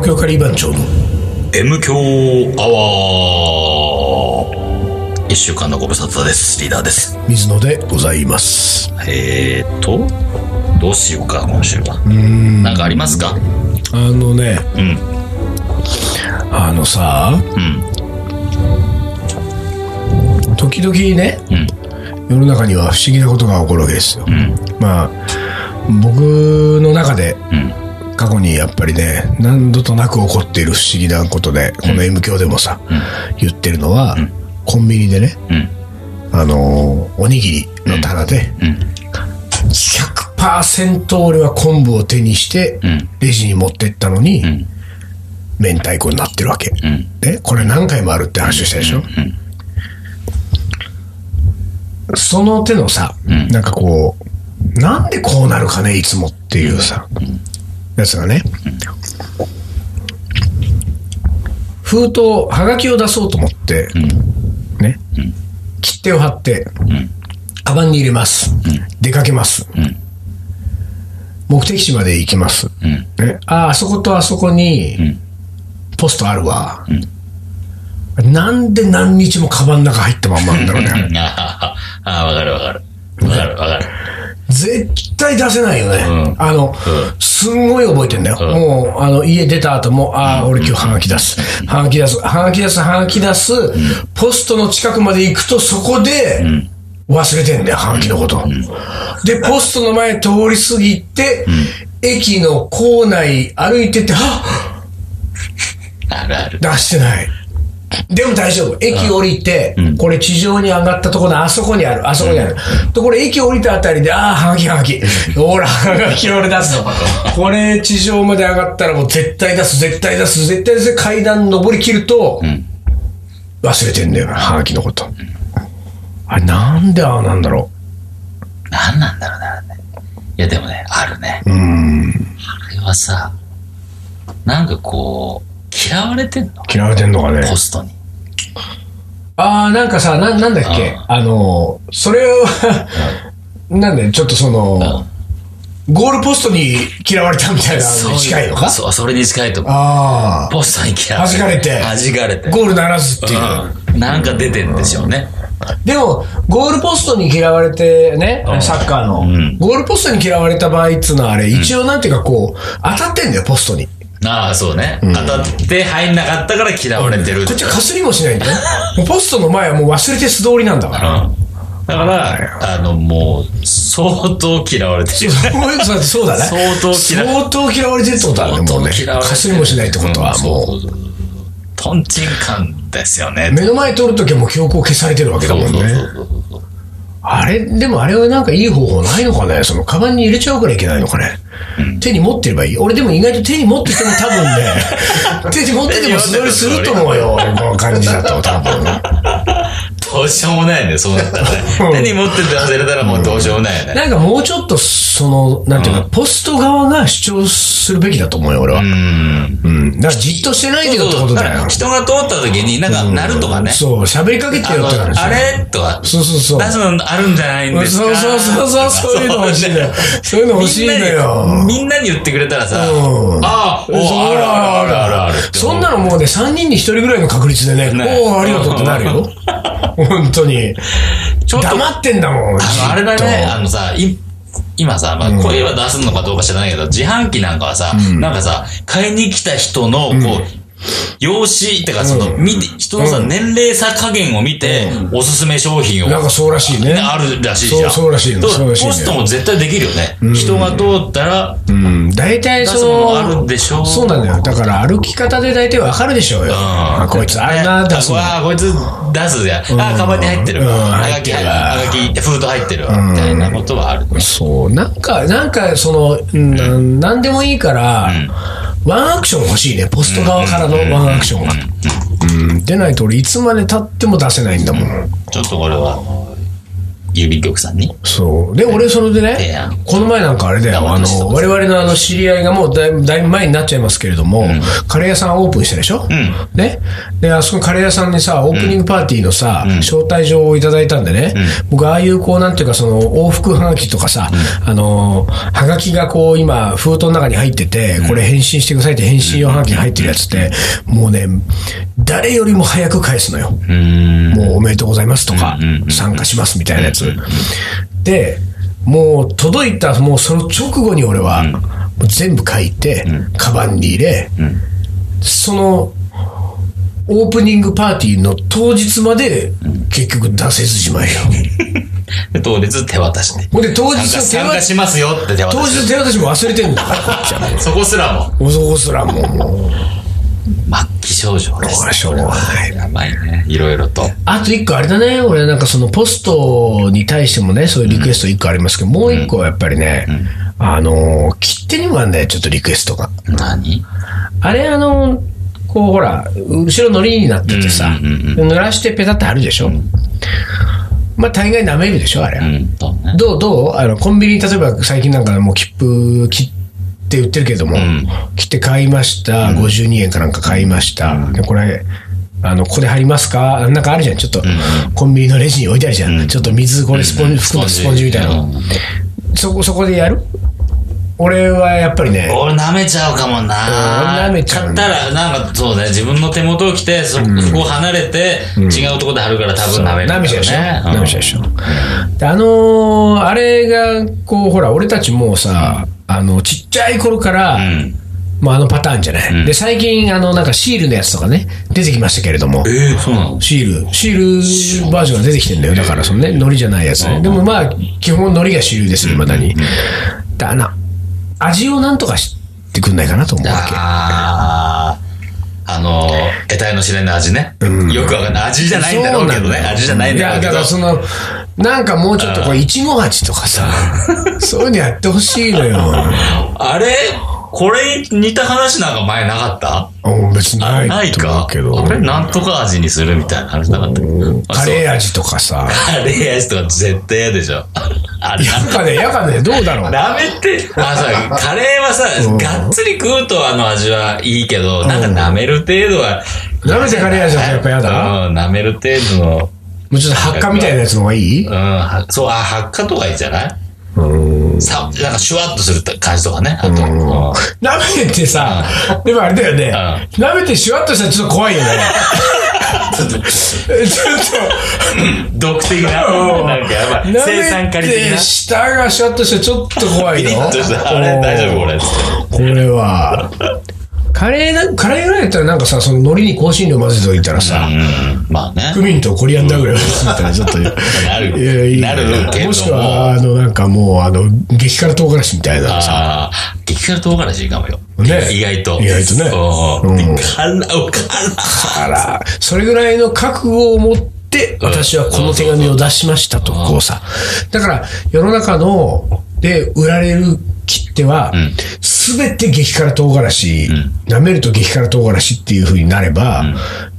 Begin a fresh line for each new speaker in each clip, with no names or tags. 係番長の
M 強アワー一週間のご無沙汰です。リーダーです。
水野でございます。
えーっと、どうしようか、今週は。
うん。
なんかありますか
あのね、
うん。
あのさ、
うん。
時々ね、
うん。
世の中には不思議なことが起こるわけですよ
う。ん。
まあ、僕の中で
うん。
過去にやっぱりね、何度となく起こっている不思議なことで、この M 教でもさ、言ってるのは、コンビニでね、
うん。
あのーおにぎりの棚で、
うん。
100%俺は昆布を手にして
ん、
レジに持ってったのに、
ん
明太子になってるわけ。
うん。
ね、これ何回もあるって話をしたでしょ、その手のさ、
ん
なんかこう、なんでこうなるかね、いつもっていうさ、やつがね、封筒、はがきを出そうと思って、ね、切手を貼って、カバンに入れます。出かけます。
ん
目的地まで行きます。
うん。
ね、ああ、あそことあそこに
ん、
ポストあるわ。なんで何日もカバンの中入ったまんまなんだろうね。あれ
うん。あーあー、わかるわかる。わかるわかる。
絶対出せないよね。
うん
あの、
う
すんごい覚えてんだよ。
うん
もう、あの、家出た後も、ああ、俺今日ハガキ出す。ハガキ出す。ハガキ出す。ハガキ出す。ポストの近くまで行くと、そこで、忘れてんだよ、ハガキのこと。で、ポストの前通り過ぎて、駅の構内歩いてて、はっ
あるある。
出してない。でも大丈夫。駅降りて、これ地上に上がったところのあそこにある、あそこにある。と、これ駅降りたあたりで、ああ、はがきはがき。ほら、はがき俺出すぞ。これ地上まで上がったらもう絶対出す、絶対出す、絶対出す。階段登り切ると、忘れてんだよな、はがきのこと。あれ、なんでああなんだろ
なんなんだろうね、あれね。いや、でもね、あるね。
う。うーん。
あれはさ、なんかこう、嫌われてんの
嫌われてんのかね。
ポストに。
ああ、なんかさ、な、なんだっけ
あ
あの、それを、なんだよ、ちょっとその、ゴールポストに嫌われたみたいなのに近いのか
そう、それに近いと思う。
あ
ポストに嫌わ
弾かれて
弾かれて。
あ、ゴールならずっていう。
うんなんか出てんでしょうね。
でも、ゴールポストに嫌われてね
う、ん
サッカーの
ん、
ゴールポストに嫌われた場合っつうのはあれ、一応なんていうかこう、当たってんだよ、ポストに。
ああ、そうね。当たって入んなかったから嫌われてる。うん。
こっちはかすりもしないんだよ。もうポストの前はもう忘れて素通りなんだから。
だから、あの、もう、相当嫌われてる。
そうそうだね。
相当嫌われ
相当嫌われてるってことだね、もうね。
嫌われてる
かすりもしないってことは、
ん
もう。
そうそうそうトンチンカンですよね。
目の前通るときはもう記憶を消されてるわけだ
そう
もん
そう
ね。
そうそう。
あれ、でもあれはなんかいい方法ないのかねその、カバンに入れちゃうからいけないのかね、手に持ってればいい。俺でも意外と手に持ってても多分ね、手に持ってても素通りすると思うよ。この感じだと、多分。
どうしようもないね、そうなったらね
うん。
手に持ってて忘れたらもうどうしようもないよね。
なんかもうちょっと、その、なんていうか、ポスト側が主張するべきだと思うよ、俺は。
うん。
うん。だからじっとしてないでよってことだよ。
人が通った時になんか、なるとかね。
そう、喋りかけて
あ
よ
の
って話。
あれとか。
そうそうそう。
出すのあるんじゃないんですか
そうそうそうそう、そういうの欲しいのよ。そういうの欲しいのよ。
みんなに言ってくれたらさ、
うん
ああ、
そう
おあるあるあるある。
そんなのもうね、3人に1人ぐらいの確率でね、
ね
おお、ありがとうってなる よ。本当に。
ちょっと、あの、
黙ってんだもん。
あれだ
じっ
ね、
と
あのさ、い今さ、まあ、声は出すのかどうか知らないけど、自販機なんかはさ、なんかさ、買いに来た人の、こう、用紙ってか、その、見て、人のさ、年齢差加減を見て、おすすめ商品を
なんかそうらしいね。
あるらしいじゃん。
そうそうらしいの
と
そうらしいね
ポストも絶対できるよね。人が通ったら、
うん。大体そ
出すものある
の
んでしょう
そうなんだよ。だから歩き方で大体わかるでしょうよ。あこいつあれな、出すの。
わあ、こいつ出すじゃん。あ、カバンに入ってる。
うん
あ
入
が
って
き、
る
あがき、フード入ってるわ。みたいなことはある。
そう。なんか、なんか、その、うんなんなんでもいいから、ワンアクション欲しいね。ポスト側からのワンアクションが。うん。でないと俺、いつまで経っても出せないんだもん。
ちょっとこれは、郵便局さんに。
そう。で、俺、それで
提
ね
案、
この前なんかあれだよ、あ
私と
の、
か
我々のあの、知り合いがもうだいぶ、だいぶ前になっちゃいますけれども、カレー屋さんオープンしたでしょ
ん
ね。で、あそこのカレー屋さんにさ、オープニングパーティーのさ、招待状をいただいたんでね、僕、ああいうこう、なんていうか、その、往復はがきとかさ、あの、はがきがこう、今、封筒の中に入ってて、これ返信してくださいって返信用はがきが入ってるやつって、もうね、誰よりも早く返すのよ。
うーん。
もうおめでとうございますとか
うんうんう、ん
参加しますみたいなやつ。で、もう届いた、もうその直後に俺は、もう全部書いて、カバンに入れ、その、オープニングパーティーの当日まで、結局出せずじ まいよ。
で当日手渡して。
ほんで当日の手渡し
参加参加しますよって手渡
当
し
日の手渡しも忘れてんだ から、こっちはもう。
て。そこすらも、
おそこすらもう、もう、
末期症状で
こ
す
れ。しょうがない
やばいね。いろいろと。
あと一個あれだね、俺なんかそのポストに対してもね、そういうリクエスト一個ありますけど、もう一個はやっぱりね、あのー、切手にもあるんだよ、ちょっとリクエストが。
何
あれあのー、こうほら、後ろのりになっててさ、
うんうんうん
濡らしてペタって貼るでしょ。まあ大概舐めるでしょ、あれ。
うんとね。
どうどうあの、コンビニに例えば最近なんかもう切符切って売ってるけども、
ん
切って買いました、52円かなんか買いました。で、これ、あの、ここで貼りますかなんかあるじゃん。ちょっと、コンビニのレジに置いてあるじゃん。ちょっと水、これスポンジ、含んだスポンジみたいな
う
の。
ん
そこ、そこでやる俺はやっぱりね、
俺舐めちゃうかもな
うん舐めちゃう
買っ
ね
たら、なんかそうね、自分の手元を来て、そ,、こを離れて、違うとこで貼るから多分舐めるんだ
舐
ろうね。
めちゃうでしょ。
うん
舐めちゃうでしょ。であのーあれが、こう、ほら、俺たちもうさ、あの、ちっちゃい頃から、
うん。
まあ、あのパターンじゃない。
うん
で、最近、あの、なんかシールのやつとかね、出てきましたけれども。
ええそうなの
シール、シールバージョンが出てきてんだよ。だから、そのね、海苔じゃないやつね。でもまあ、基本海苔が主流です、未だに。だあの、味をなんとかしてくんないかなと思うわ
あーあの、得体の知れない味ね。よくわかんない。味じ
け。
ゃないんだろうけど
そう
ね。
なんだよ
味じゃないんだろうけ
や、
ど
だから。その、なんかもうちょっとこう、いちご味とかさ、そういうのやってほしいのよ。
あれこれ似た話なんか前なかった
うん別に
あ
な
ない
いと思
か
うけど。
あれなんとか味にするみたいな話なかったっけ
うん
あ
カレー味とかさ。
そうカレー味とか絶対嫌でしょ。あれ
やかね、やかね、どうだろう。
舐めて、あのさ、カレーはさ
うん、
がっつり食うとあの味はいいけど、なんか舐める程度は、
舐めてカレー味はやっぱやだ。
うん、舐める程度の、
もうちょっと発火みたいなやつの方がいい
うん、はそう、あ、発火とかいいんじゃない
うん。
さ、なんかシュワッとする感じとかね。あと、うん
舐めてさ、でもあれだよね。舐めてシュワッとしたらちょっと怖いよね。
ちょっと、
ちょっ
独的な、
うん
なんかやばい、
と、
生産カリ的
舐め
な
て。下がシュワッとしたらちょっと怖いよ。
ちょっとあれ 大丈夫これ。
これは。カレーな、カレーぐらいだったらなんかさ、その海苔に香辛料混ぜておいたらさ、
うん、まあね。
クミンとコリアンダーぐらい混ぜてたらちょっと。
ない
やい
る、
い
なるけど
も
も。
しくは、あの、なんかもう、あの、激辛唐辛子みたいなさ。
ああ、激辛唐辛子いいかもよ。
ね
意外と。
意外とね
そう
うん
辛い、辛い。
あら、それぐらいの覚悟を持って、私はこの手紙を出しましたと、こうさ。だから、世の中の、で、売られる切手は、すべて激辛唐辛子、舐めると激辛唐辛子っていう風になれば、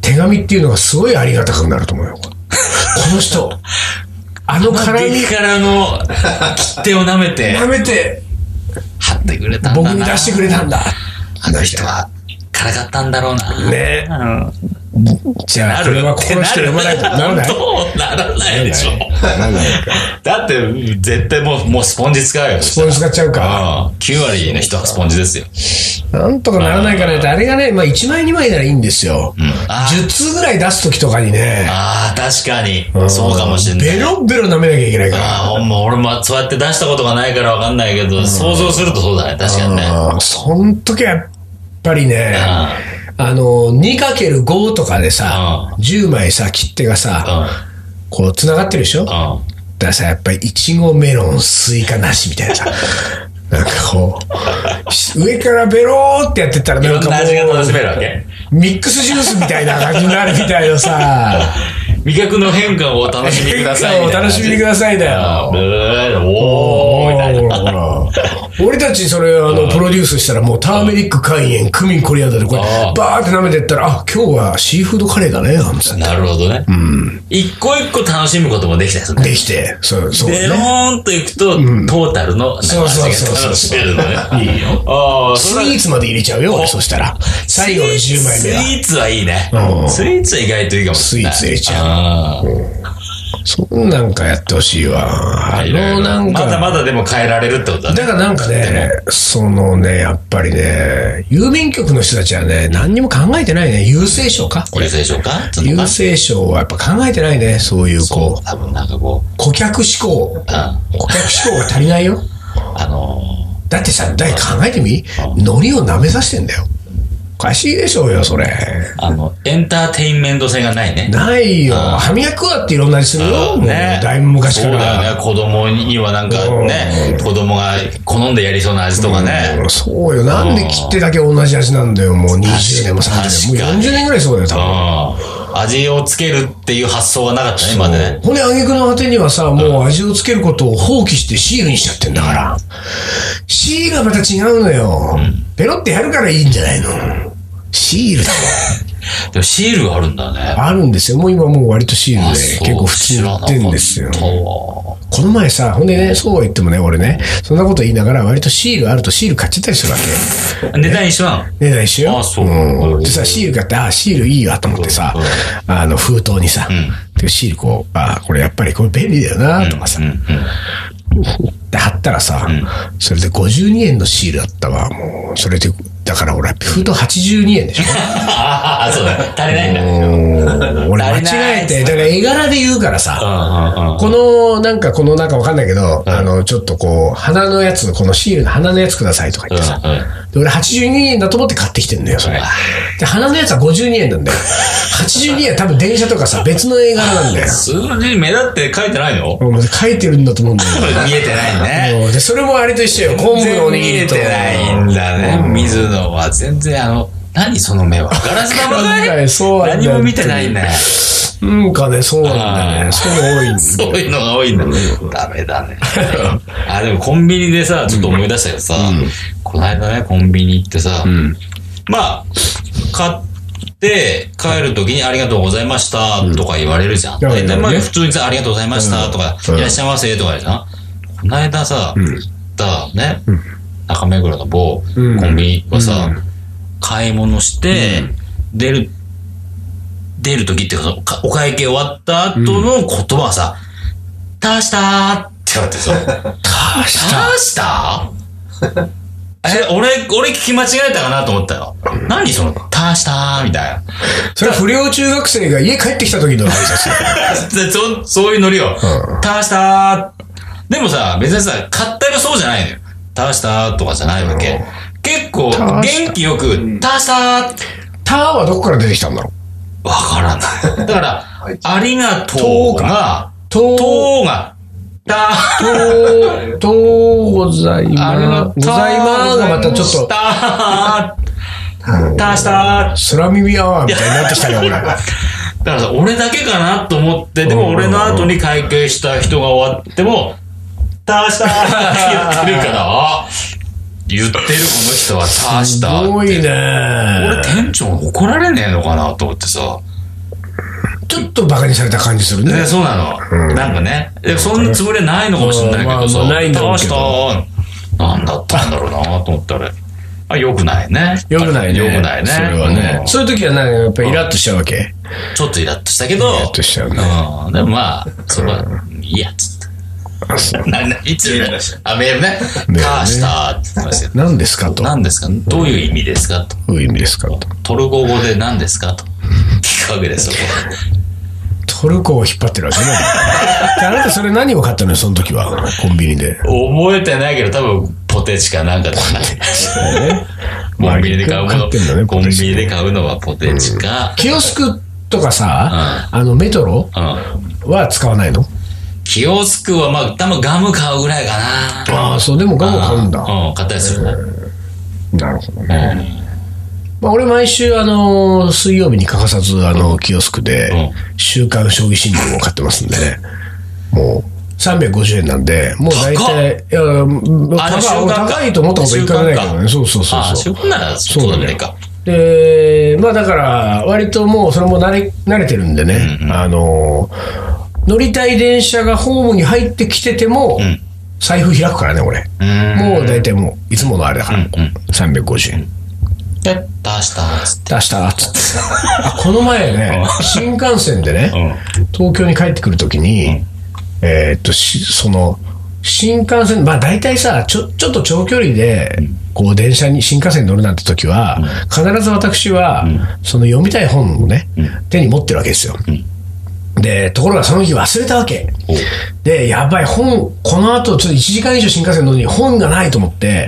手紙っていうのがすごいありがたくなると思うよ。この人、あの辛み
激辛の切手を舐めて、
舐めて、
貼ってくれたんだ
僕
な。
に出してくれたんだ。
あの人は、辛かったんだろうな。
ね
うん。
じゃあ、これは心して読まないとならない。
本当ならないでしょ。 だって、絶対もう、もうスポンジ使うよ。
スポンジ使っちゃうか。
うん。9割の人はスポンジですよ。
なんとかならないかなって、あれがね、まあ1枚2枚ならいいんですよ。
あ
10通ぐらい出すときとかにね、
ああ、確かに。そうかもしれない。
ベロベロ舐めなきゃいけないから。
ああ、ほんま、俺もそうやって出したことがないからわかんないけど、想像するとそうだね、確かにね。
あーそん時はやっぱりね、
あ
あの、2×5 とかでさ、
う
10枚さ、切手がさ、
う
こう繋がってるでしょだか
ん。うん。
らさ、やっぱりイチゴメロン、スイカなしみたいな さ、なんかこう、上からベローってやってったら
い
な
ろ
ん
ん
か
な味が
も
楽しめるわ
う、
け。
ミックスジュースみたいな感じになるみたいなさ、
味覚の変化をお楽しみくださいみたいな。
お楽しみくださいだよ。
あーブーおーみたいな。
ほらほら俺たちそれ、あの、プロデュースしたらもうターメリック海塩、クミンコリアンダーでこれ
あ、
バーって舐めてったら、あ、今日はシーフードカレーだね、なんつって
なるほどね。一個一個楽しむこともできたですね。
できて、そう、そう
で、
ね
ロ。ーンと行くと、トータルの長さが楽しめるのね。いいよ。ああ、
ス
それ
イーツまで入れちゃうよ、俺そしたら。最後の10枚目は。
スイーツはいいね
う。ん
スイーツは意外といいかもしれない。
スイーツ入れちゃう
ゃう。
そんなんかやってほしいわ。あ
いろい
の、
ろ
なん
まだ
か、
まだでも変えられるってことだね。
だからなんかね、そのね、やっぱりね、郵便局の人たちはね、何にも考えてないね。郵政省かこ
こ
れ。
れでしょうかつ
郵
のか
政省はやっぱ考えてないね。そういう、こう、
多分なんかこう、
顧客志向。
うんあ
顧客志向が足りないよ。
の
だってさ、だい考えてみ海苔を舐めさせてんだよ。おかしいでしょうよ、それ。
ー、あの、エンターテインメント性がないね。
ないよ。歯磨くわっていろんな味するよ。もう
ね、
だいぶ昔から。
そうだよね。子供にはなんかね、子供が好んでやりそうな味とかね。
そうよ。なんで切手だけ同じ味なんだよ。もう20年も30
確
年
か
も。
に
もう40年ぐらいそうだよ、多
う
分。
ん。味をつけるっていう発想はなかったね、今までね。
ほんで、挙句の果てにはさ、もう味をつけることを放棄してシールにしちゃってんだから。シールはまた違うのよ。ペロってやるからいいんじゃないの。シールだよ。
でもシールがあるんだね。
あるんですよ。もう今もう割とシールで
そう
結構普通に売ってんですよ
知。らなかっ
この前さ、ほんでね、そうは言ってもね、俺ね、そんなこと言いながら割とシールあるとシール買っちゃったりするわけ。
たわ値段一緒なの
値段一緒よ。
あそう
うんでさ、シール買って、あ、シールいいわと思ってさ、あの、封筒にさ、でシールこう、あ、これやっぱりこれ便利だよな とかさ、で貼ったらさ、それで52円のシールだったわ、もう、それで、だから俺、封筒82円で しょ。
ああ、そうだ。足りないんだ。うん
うん俺間違えて、だから絵柄で言うからさ、
うんうん。
この、なんかこの、なんかわかんないけど、あの、ちょっとこう、花のやつ、このシールの花のやつくださいとか言ってさ。
うんうん
で、俺82円だと思って買ってきてんのよ、それ。で、花のやつは52円なんだ よ。82円は多分電車とかさ、別の映画なんだよ。
数字目立って書いてないの
俺も書いてるんだと思うんだよ。
見えてないね。
もうで、それもあれと一緒よ。昆布のおにぎ
見え
りと。
てないんだね。水野は全然あの、何その目は。ガラス玉
なんか
か
ね
い
そうなんだ
何も見てないんだよ。
うんかね、そうなんだよね。そういうの多いんだよ
そういうのが多いんだ。ダメだね。あ、でもコンビニでさ、ちょっと思い出したけどさ、この間ね、コンビニ行ってさ、まあ、買って、帰るときにありがとうございましたとか言われるじゃん。
ん
大体まあ
うん
普通にさ、ありがとうございましたとか、
うん
いらっしゃいませとかじゃん。この間さ、行ったね、中目黒の某コ
うん
ンビニはさ、買い物して、出る、出るときっていうかそのかお会計終わった後の言葉はさ、たしたーって言われてさ、
あした
たした え、俺、俺聞き間違えたかなと思ったよ。何その、たしたーみたいな。
それは不良中学生が家帰ってきた時の挨拶だよ。
でそそういうノリよ。たしたーでもさ、別にさ、買ったらそうじゃないのよ。たしたーとかじゃないわけ。結構、
たした
元気よく、たしたーって
ターはどこから出てきたんだろう
わから ない。だから、ありがとうが、
と
とうが、た、
とう、とうござい
ありが
ま
とう
す。ございますがまたちょっと、
た、たした。
空耳アワーみたいになってきたね、俺。
だからさ、俺だけかなと思って、でも俺の後に会計した人が終わっても、たしたって 言ってるから、あ言ってるこの人はたした
すごい
俺
ね。
店長怒られねえのかなと思ってさ。
ちょっと馬鹿にされた感じするね
ね、。そうなの。なんかね。でそんなつもりはないのかもしれないけどさ、
うんまあまあないんだろ
ど
う
う
け
し
ど
たなんだったんだろうなと思ったら、あ、よくないね。
よくないね。
よくないね。
それはね。
うん
そういう時はなんかやっぱイラッとしちゃうわけ。イ
ちょっとイラッとしたけど、
ラッとしちゃうね。
うん、でもまあ、それは、いいや、つって。
あそう
な、な、いつメールあ、メールね。
メールね
カーしたって言ってましたよ。
何ですかと。ど
何ですかどういう意味ですかと。
ういう意味ですかと。
トルコ語で何ですかと。聞くわけですよ。
トルコを引っ張ってるわけね。 であなたそれ何を買ったのよ、その時は。コンビニで。
覚えてないけど、多分、ポテチかなんかだな。コンビニで買うも
まあ
の
買ってんだ、ね
コンビニで買うのはポテチか、
キオスクとかさ、あの、メトロ
うん。
は使わないの
キオスクは、まあ、多分ガム買うぐらいかな。
ああ、そう、でもガム買うんだ。
うん、買ったりするね。
なるほどね。まあ、俺毎週、あのー、水曜日に欠かさず、あの、キオスクで
う、
週刊将棋新聞を買ってますんでね。もう、 350円なんで、もう大体、いや、
あの
高
習
い
慣か
高いと思ったこといかないけど
習慣
ね。そうそうそう
ああ、
そ。
そうういうことなら、そうだねか。
で、まあだから、割ともうそれも慣れ慣れてるんでね、あの、乗りたい電車がホームに入ってきてても、
ん
財布開くからね、俺。
うーん。
もう大体もう、いつものあれだから、
うんうん
350円。
やった、した、つっ
出したっつって。あ、この前 ね、新幹線でね、
て。うん。
東京に帰ってくるときに、えーっとしその新幹線まあ大体さちょちょっと長距離で、こう電車に新幹線に乗るなんて時は、必ず私は、その読みたい本をね、手に持ってるわけですよ、でところがその日忘れたわけ
お
でやばい本この後ちょっと1時間以上新幹線乗るのに本がないと思って、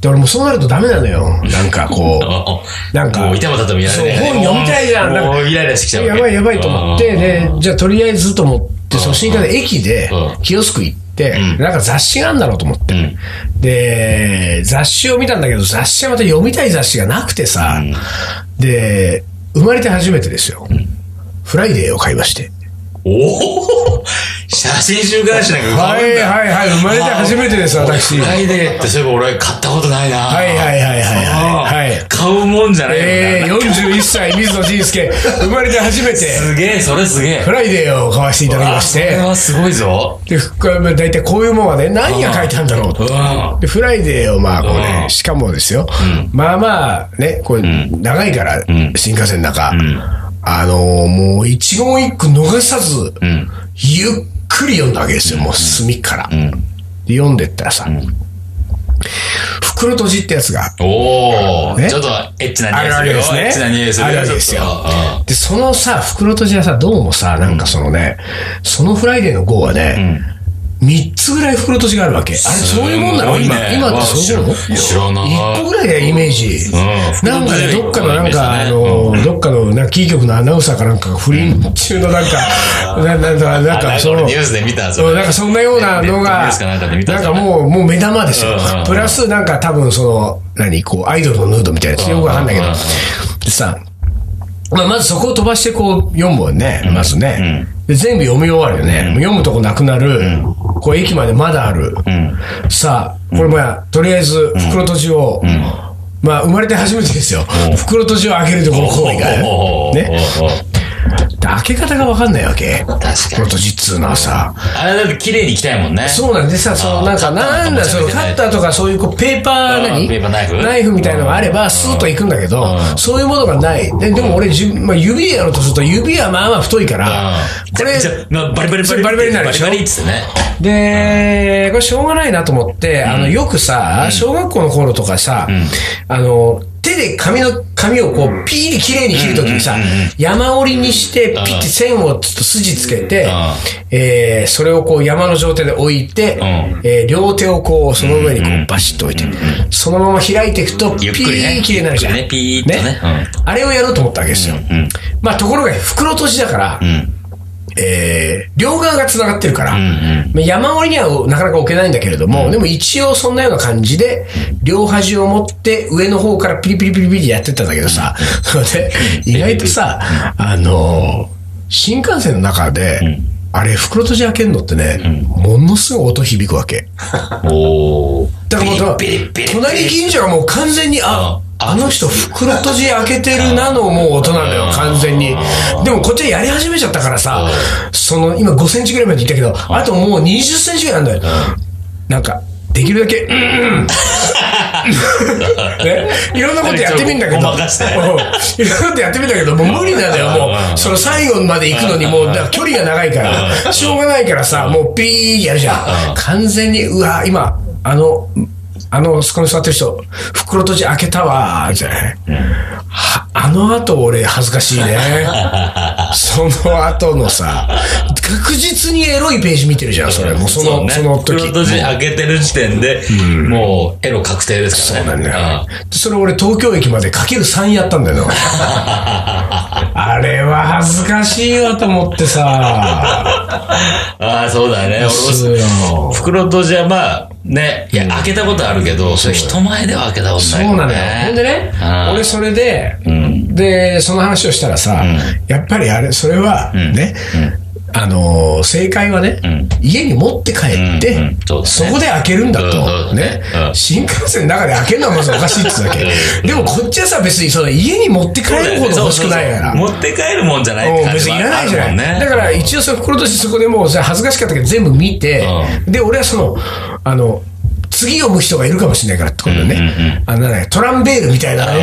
で俺もうそうなるとダメなのよなんかこう
あ
なんか
もういたもたと見られない。
そう本読みたいじゃんなんか
もうイライラしてきちゃう
や
わけ。
ばいやばいと思って、で、じゃあとりあえずと思って、その新幹線駅で
う、ん
キオスク行って
う、ん
なんか雑誌があるんだろうと思って。
うん。
で、雑誌を見たんだけど、雑誌はまた読みたい雑誌がなくてさ、で、生まれて初めてですよ。フライデーを買いまして。
おお写真週刊誌なんか
は
買うん
い
だ
はいはい、生まれて初めてです、私。
フ
は
ラ
い
イデーってそういえば俺買ったことないな。は
はいはいはいはい。はい
買うもんじゃないよ
えー、
な
41歳、水野仁介、生まれて初めて、
すげえ、それすげえ
フ。ライデーを買わせていただきまし
それ
て、
はすごいぞ。
で、これ大体こういうもんはね、何が書いてあるんだろうと
うん。
で、フライデーをまあこうね、
うん
しかもですよ、まあまあね、これ長いから、新幹線の中、
ん
あのーもう一言一句逃さず、
うん。
ゆっくり読んだわけですよ、もう隅から。で、読んでったらさ、袋閉じってやつがあって
おお、
ね
ちょっとエッチな匂い
あるあるですす
るよ。
ね
エッチな匂いする
あるあるですよ
ちょっとうん
で、そのさ、袋閉じはさ、どうもさ、なんかそのね、そのフライデーの号はね、三3つぐらい袋閉じがあるわけ。あれ、そういうもんなの
すごい
今、
ね
今ってそういうの
わ知らない
1個ぐらいだよ、イメージ。
うん
なんかね、どっかのなんか、あ
う
の、どっかの、なんか、キー局のアナウンサーかなんかが不倫中のなんか、ななんか、なん
あ
か、そ
そ
の
ニ、ュースで見た
そう
ぞ。
なんかそんなようなの
ネ
が
ットニュースかなんかで見、た
なんかもう、もう目玉ですよ
うんうんうん。
プラス、なんか多分その、何、こう、アイドルのヌードみたいなやつ、よくわかんないけど
うんうん。
でさ、まあ、まずそこを飛ばしてこう、4本ね、まずね。で、全部読み終わるよね。もう読むとこなくなる。こう、駅までまだある。さあ、これまあ、とりあえず、袋閉じを、まあ、生まれて初めてですよ。袋閉じを開けるとこの行為が
おーおーおーおーおー。
ね。で開け方がわかんないわけ。
確か
袋
に。
閉じっつうのはさ、
あれだって綺麗に行きたいもんね。
そうなんでさ、そのなんか、
カッター
なんだ、その
カッタ
カ
ー
ッターとかそういうこうペーパー
あー
何
ペーパーナイフ
みたいなのがあれば、スーッといくんだけど
う、ん
そういうものがない。ででも俺、じゅまあ、指やろうとすると、指はまあまあ太いから、これ、
じゃあまあバリバリバ
そ
リ
れバリバリになるでしょ
バリバリっつってね。
で、これしょうがないなと思って、あの、よくさ、小学校の頃とかさ、あの、手で髪の、髪をこう、ピーで綺麗に切るときにさ、山折りにして、ピッて線をちょっと筋つけて、えーそれをこう山の状態で置いて、えー両手をこう、その上にこう、バシッと置いて、そのまま開いていくと、ピ
ゆ
ー
っくりね。
綺麗になるじゃん。
ゆっくりね、ピーっとね。
あれをやろうと思ったわけですよ。まあ、ところが、袋閉じだから、えー両側が繋がってるから、まあ山折りにはなかなか置けないんだけれども、でも一応そんなような感じで、両端を持って上の方からピリピリピリピリやってったんだけどさ、それ で、意外とさ、あのー新幹線の中で、あれ、袋閉じ開けるのってね、ものすごい音響くわけ。
うん。おお。
だからもう
ビリビリビリビリ
隣近所がもう完全に、あ、あの人袋閉じ開けてるなのもう音なんだよ、完全に。でもこっちはやり始めちゃったからさ、その今5センチぐらいまでいったけど、あともう20センチぐらいなんだよ。なんか、できるだけ、うんうん ね、いろんなことやってみんだけど、
ごまかして
うんいろんなことやってみんだけど、もう無理なんだよ、もう。その最後まで行くのに、もう、だから距離が長いから、しょうがないからさ、もうピーやるじゃん。完全に、うわ、今、あの、あの、そこに座ってる人、袋閉じ開けたわ、じゃない。はあの後俺恥ずかしい ね。その後のさ、確実にエロいページ見てるじゃん、それ。もうその、
うね
その時。
袋閉じ開けてる時点で、もうエロ確定ですからね。
なんだよねそれ俺東京駅までかける3やったんだよ なあれは恥ずかしいわと思ってさ。
うんああ、そうだね。俺
そう
も
よ
袋閉じはまあ、ね、いや、開けたことあるけど、それ人前では開けたこと
そ
ないうも
なんのよ。ほんでね
あ、ー
俺それで、で、その話をしたらさ、やっぱりあれ、それは、ね、あのー正解はね、
ん
家に持って帰って、
うんうんそうだね
そこで開けるんだ
うん
と、
うん
ね
うん
新幹線の中で開けるのはまずおかしいって言ってただけでもこっちはさ別にその家に持って帰るほど欲しくないから。
持って帰るもんじゃないって
うん
感
別
じ
にい
は
ら
あ
ないじ
る
ゃ
もん
な
ね
い。だから一応その袋としてそこでもうさ恥ずかしかったけど全部見て、で、俺はその、あの、次読む人がいるかもしれないからってことだよね。あのなんだっけトランベールみたいな のの、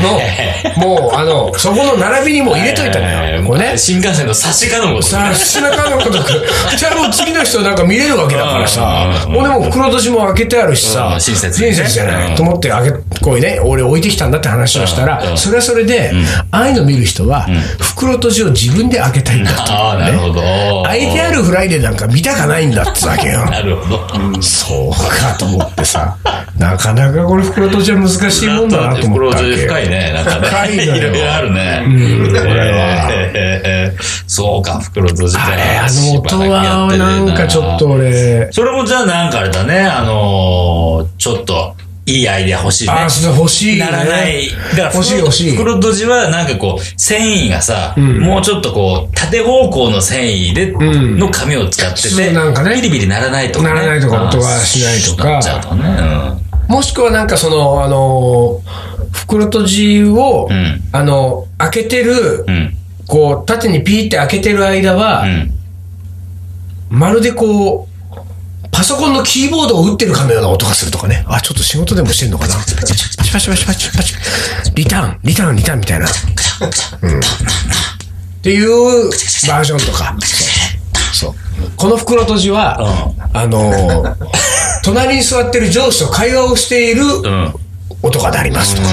もうあの、そこの並びにもう入れといたのよ。これね。
新幹線の差しかのこと
さあ、背中のごとく。じゃあもう次の人なんか見れるわけだからさ。
うん
俺もう袋年も開けてあるし
う
さ。
ん親切にね
親切じゃない。
うん
と思って開け、こうね、俺置いてきたんだって話をした
うんう
ら、
ん
それはそれで、ああいうの見る人は、袋閉じを自分で開けたいんだと。
ああ、なるほど。
開いてあるフライデーなんか見たかないんだってわけよ。
なるほど。
そうかと思ってさ。なかなかこれ袋閉じは難しいもんだなと思ったわけよ。
深いね。なんかね。
深いのよ
いろいろあるね。
んこれは
えーそうか、袋閉じ
あれ
ね
あの音はなんかちょっ。
しばらくやてね
と俺、
それもじゃあなんかあれだね、あのー、ちょっと、いいアイデア欲しいね。
あ、それ欲しい、ね。
ならない。だから
欲しい
袋
欲しい。
袋閉じはなんかこう、繊維がさ、もうちょっとこう、縦方向の繊維で、
ん
の紙を使って
そう
て、
なんかね
ビリビリならないとか、ね。
ならないとか音がしないとか
あーシュッとなっちゃうとかね。
もしくはなんかその、あのー、袋とじを、
ん
あの、開けてる、
うん。うん。
こう、縦にピーって開けてる間は、
うん。
まるでこう、パソコンのキーボードを打ってるかのような音がするとかね。あ、ちょっと仕事でもしてんのかな。パチパチパチパチパチパチパチリターン、リターン、リターンみたいな。うんっていうバージョンとか。そう。この袋閉じは、あのー、隣に座ってる上司と会話をしている
うん。
音が鳴りますとか。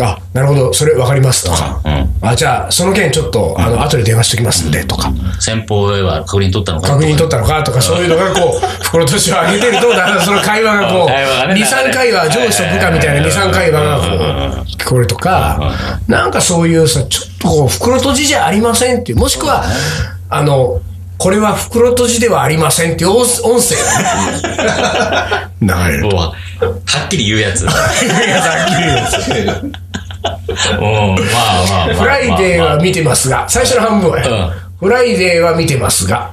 あ、なるほど、それ分かりますとか
うん。
あ、じゃあ、その件ちょっと、あの、後で電話しときますんで、とか。
先方へは確認取ったのかな
確認取ったのかとか、そういうのがこ う、袋としを上げてると、だからその会話がこう、
会話がね
2、3回は上司と部下みたいな2、3回話がこう、聞こえるとか、なんかそういうさ、ちょっとこう、袋閉じじゃありませんっていう、もしくは、あの、これは袋閉じではありませんっていう音声が 流れる。
もうはっきり言うやつ。うん、まあまあまあ。
フライデーは見てますが、最初の半分はね
う
フライデーは見てますが、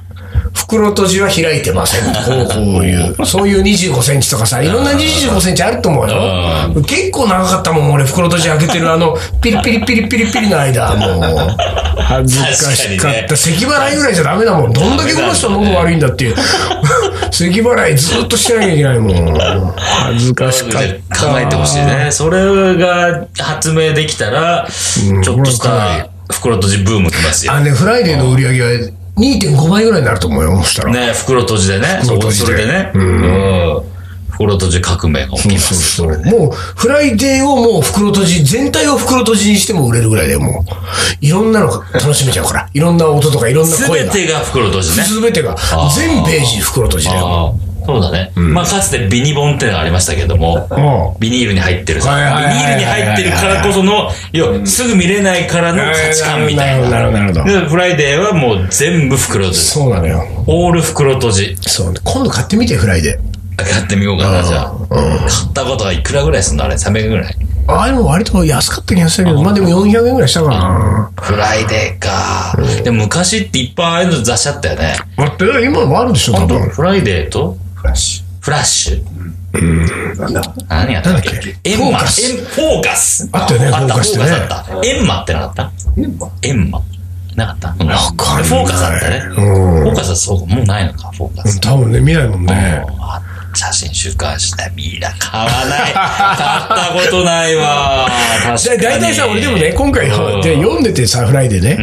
袋閉じは開いてません。こうこういう、そういう25センチとかさ、いろんな25センチあると思うよ。結構長かったもん、俺、袋閉じ開けてるあの、ピリピリピリピリピリの 間、もう、恥ずかしか
確か
っ
に
た。
ね
咳払いぐらいじゃダメだもん。どんだけこの人喉悪いんだっていう。 咳払いずっとしてなきゃいけないもん。恥ずかしかった。
考えてほしい。ね。それが発明できたら、ちょっとし
これはかな
た袋閉じブーム来ますよ
あ。のね、フライデーの売り上げは2.5倍ぐらいになると思うよ、そしたら。
ね、袋閉じでね。
袋閉じで
そこそれでね。うん。袋閉じ革命が起きます。
そうそうもう、フライデーをもう袋閉じ、全体を袋閉じにしても売れるぐらいだよ、もう。いろんなのが楽しめちゃうから。いろんな音とかいろんな
す
声
べ
が。
てが袋閉じね。
すべてが。全ページ袋閉じだよ。
ああ、そうだね。まあ、かつてビニボンってのがありましたけども
う、
ビニールに入ってるさ
はいはいはい
ビニールに入ってるからこその、要はすぐ見れないからの価値観みたいな。
なるほどなるほどなる
で、フライデーはもう全部袋閉じ。
そうなのよ。
オール袋閉じ。
そうね。今度買ってみて、フライデー。
買ってみようかな、じゃあ。買ったことはいくらぐらいすんのあれ、300ぐらい。
ああ、でも割と安かった気がするけど、まあでも400円ぐらいしたかな。
フライデーか。でも昔っていっぱいああいうの雑誌あったよね。
待って、今もあるでしょ、多分。
フライデーと
フラッシ
フラッシュ。
ュ。なんだ
何やったっけ
なんだっけ
エン
フォ
マ
ーカス
エンフォーカス
あったよね
あった、
フォー
フォ
カスって
ー
ね
カスあった。エンマってなかったエンマ。なかったうん
かんない
フォーカスあったね。
うん
フォーカスはそうか、もうないのか、フォーカス。
多分ね、見ないもんね。
あ写真週刊誌だ。みんな買わない。買ったことないわ。確 か
だ
に。
大体さ、俺でもね、今回
うん
で読んでてさ、フライでね、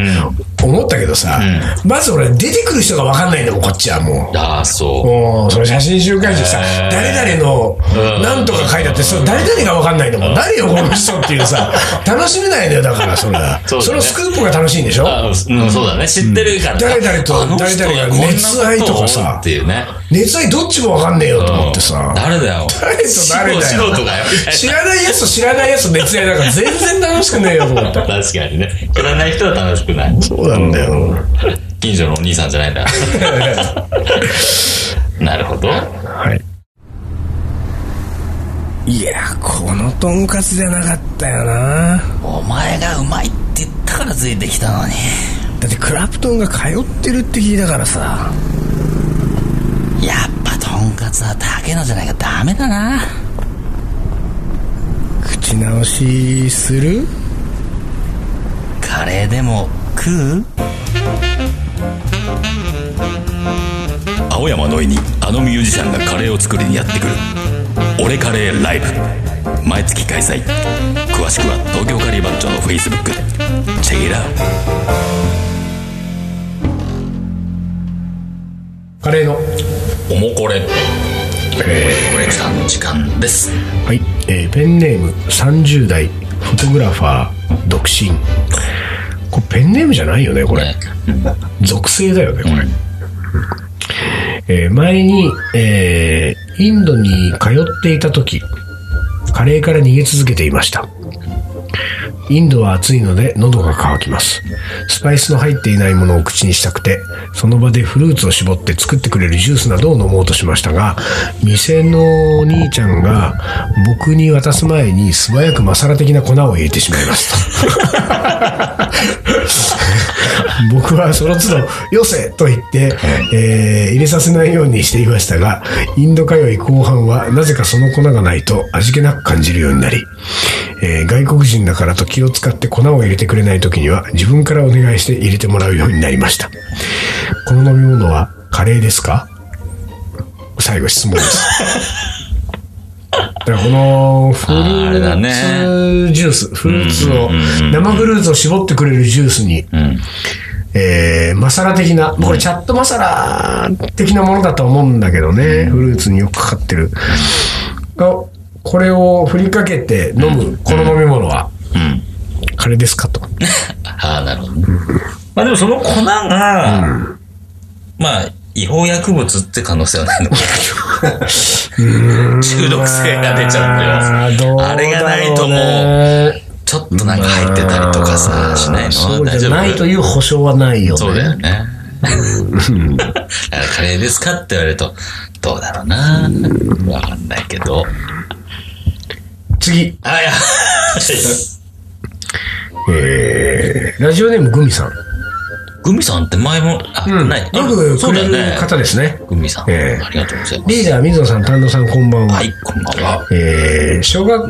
思ったけどさ、まず俺、出てくる人が分かんないんだもん、こっちはもう。
ああ、そう。
もう、その写真集会誌さ
へ、ー
誰々の、
うん
なんとか書いてあって、その誰々が分かんないんだもん。誰よ、この人っていう さ、楽しめないのよ、だから、それが。
そうだね
そのスクープが楽しいんでしょ
あうん、そうだね。知ってるから。
誰々と
あの人
誰々が
こんな
熱愛とかさ
ことをっていうね。
熱愛どっちも分かんねえよと思ってさ。
誰だよ。
誰と誰だよ
素人だよ。
知らないやつと知らないやつの熱愛なんか全然楽しくねえよと 思って。
確かにね。知らない人は楽しくない。
そうなんだよ。
近所のお兄さんじゃないんだ。なるほど。
いや、このとんかつじゃなかったよな。
お前がうまいって言ったからついてきたのに。
だってクラプトンが通ってるって聞いたからさ
やっぱとんかつは竹野じゃないかダメだな
口直しする
カレーでも食う青山のいにあのミュージシャンがカレーを作りにやってくる「俺カレーライブ」毎月開催詳しくは東京カリー番長のフェイスブックでチェイラー
カレーの
おもこれおれさんの時間です
はい、えーペンネーム30代フォトグラファー独身これペンネームじゃないよねこれ
ねうん
属性だよねこれ、えー前に、えーインドに通っていた時カレーから逃げ続けていましたインドは暑いので喉が渇きますスパイスの入っていないものを口にしたくてその場でフルーツを絞って作ってくれるジュースなどを飲もうとしましたが店のお兄ちゃんが僕に渡す前に素早くマサラ的な粉を入れてしまいました 僕はその都度「よせ!」と言って、えー入れさせないようにしていましたがインド通い後半はなぜかその粉がないと味気なく感じるようになり、えー外国人だからと気を使って粉を入れてくれない時には自分からお願いして入れてもらうようになりましたこの飲み物はカレーですか最後質問で す。だからこのフル
あーあれだ
ー
ね
ツジュース、フルーツを
うんうんうんう、ん
生フルーツを絞ってくれるジュースに、
うん
えーマサラ的な、これチャットマサラ的なものだと思うんだけどね、フルーツによくかかってる。がこれを振りかけて飲む、この飲み物は、
うん
カレーですかと。
ああ、なるほどね。まあでもその粉が、まあ、違法薬物って可能性はないのか。 中毒性が出ちゃって
どう
ま
だろうね
す。あれがないともう、ちょっとなんか入ってたりとかさ、しない
そ
の
う
大
じゃ
丈夫
ないという保証はないよね。
そうだよね。 だからカレーですかって言われると、どうだろうな。わかんないけど。
次、
あ、いや、
えーラジオネームグミさん。
グミさんって前も、あ、
うん
ない。あ
よく
そ
く
うだよ
れる
ね。
方ですね。
グミさん、
ええ
ありがとうございます。
リーダー、水野さん、丹野さん、こんばんは。
はい、こんばんは。
えー小学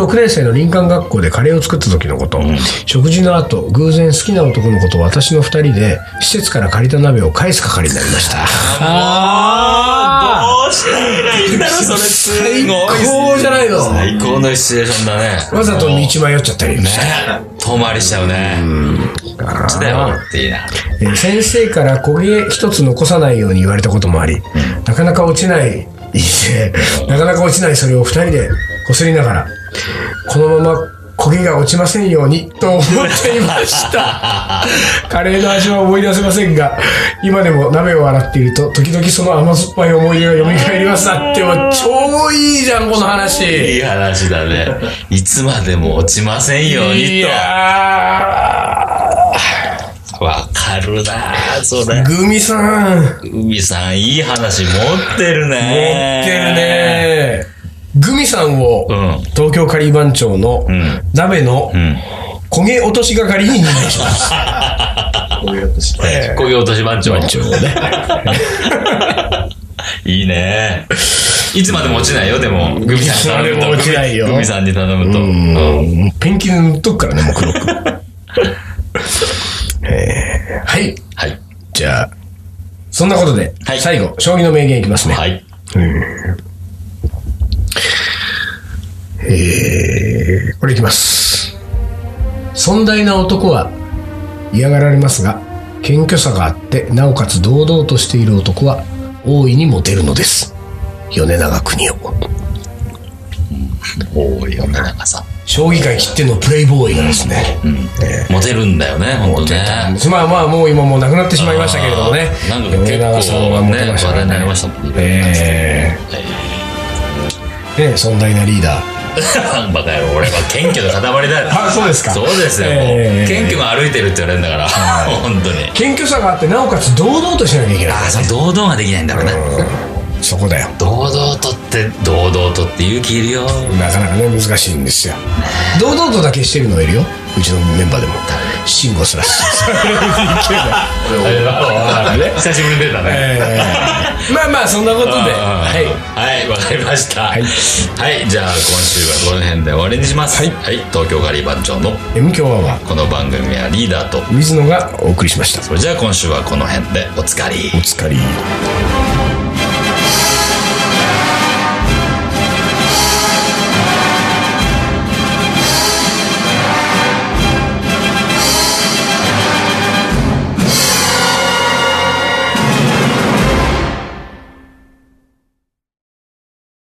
6年生の林間学校でカレーを作った時のこと、食事の後偶然好きな男の子と私の2人で施設から借りた鍋を返す係になりました
ああどうしたらいいんだろう、それ。すごい。
最高じゃないの
最高のシチュエーションだね。
わざと道迷っちゃったり、
ね遠回りしちゃうね。こっちだよっていいな。
えー先生から焦げ一つ残さないように言われたこともあり、なかなか落ちないでなかなか落ちないそれを2人でこすりながらこのまま焦げが落ちませんようにと思っていましたカレーの味は思い出せませんが今でも鍋を洗っていると時々その甘酸っぱい思い出が蘇りますだってもう超いいじゃんこの
い
話
い話だね。いつまでも落ちませんよう
い
に
や
と。わかるなそれ
ー。グミさん持って
海さん、いい話持ってるね。
る。ねグミさんを、
うん。
東京カリー番長の
ん
鍋の
うん。
焦げ落とし係に任命します。
ええ工業落とし番長。 いいね。いつまでも落ちないよ、でも。グミさんに
い
頼むと。
つまでも落ちないよ
グミさんに頼むと。うん
もうペンキで塗っとくからね、もう黒 く。えーはい。
はい。
じゃあ、そんなことで、
はい
最後、将棋の名言いきますね。
はい。
えーこれいきます。尊大な男は嫌がられますが、謙虚さがあって、なおかつ堂々としている男は大いにモテるのです。米長邦夫。
おい、世の中さ。
将棋界きってのプレイボーイがですね。
モテるんだよね、ほんとね。
まあまあ、もう今もう亡くなってしまいましたけれどもね
あー。なんか
米
結
長さんは
構
モテ
ね、
ましたか
話題
ら
になり
ね
ましたもんね。
えーね尊大なリーダー。
バカ野郎、俺は謙虚の塊だよ。
あそうですか
そうですよ。
ええ
謙虚が歩いてるって言われるんだから、 本当に。
謙虚さがあって、なおかつ堂々としなきゃいけない。
ああ、その堂々ができないんだろうな。
そこだよ
堂々とって、堂々とって勇気いるよ。
なかなかね難しいんですよ堂々とだけしてるのいるようちのメンバーでも慎吾すらしてる
久しぶりに出たね。
えーまあまあそんなことではい
はい、わかりました。はいい、じゃあ今週はこの辺で終わりにします。
はい
はい、東京ガリバン長の
M 強アワー
この番組はリーダーと、
水野がお送りしました
それじゃあ今週はこの辺でおつかり。
お疲れ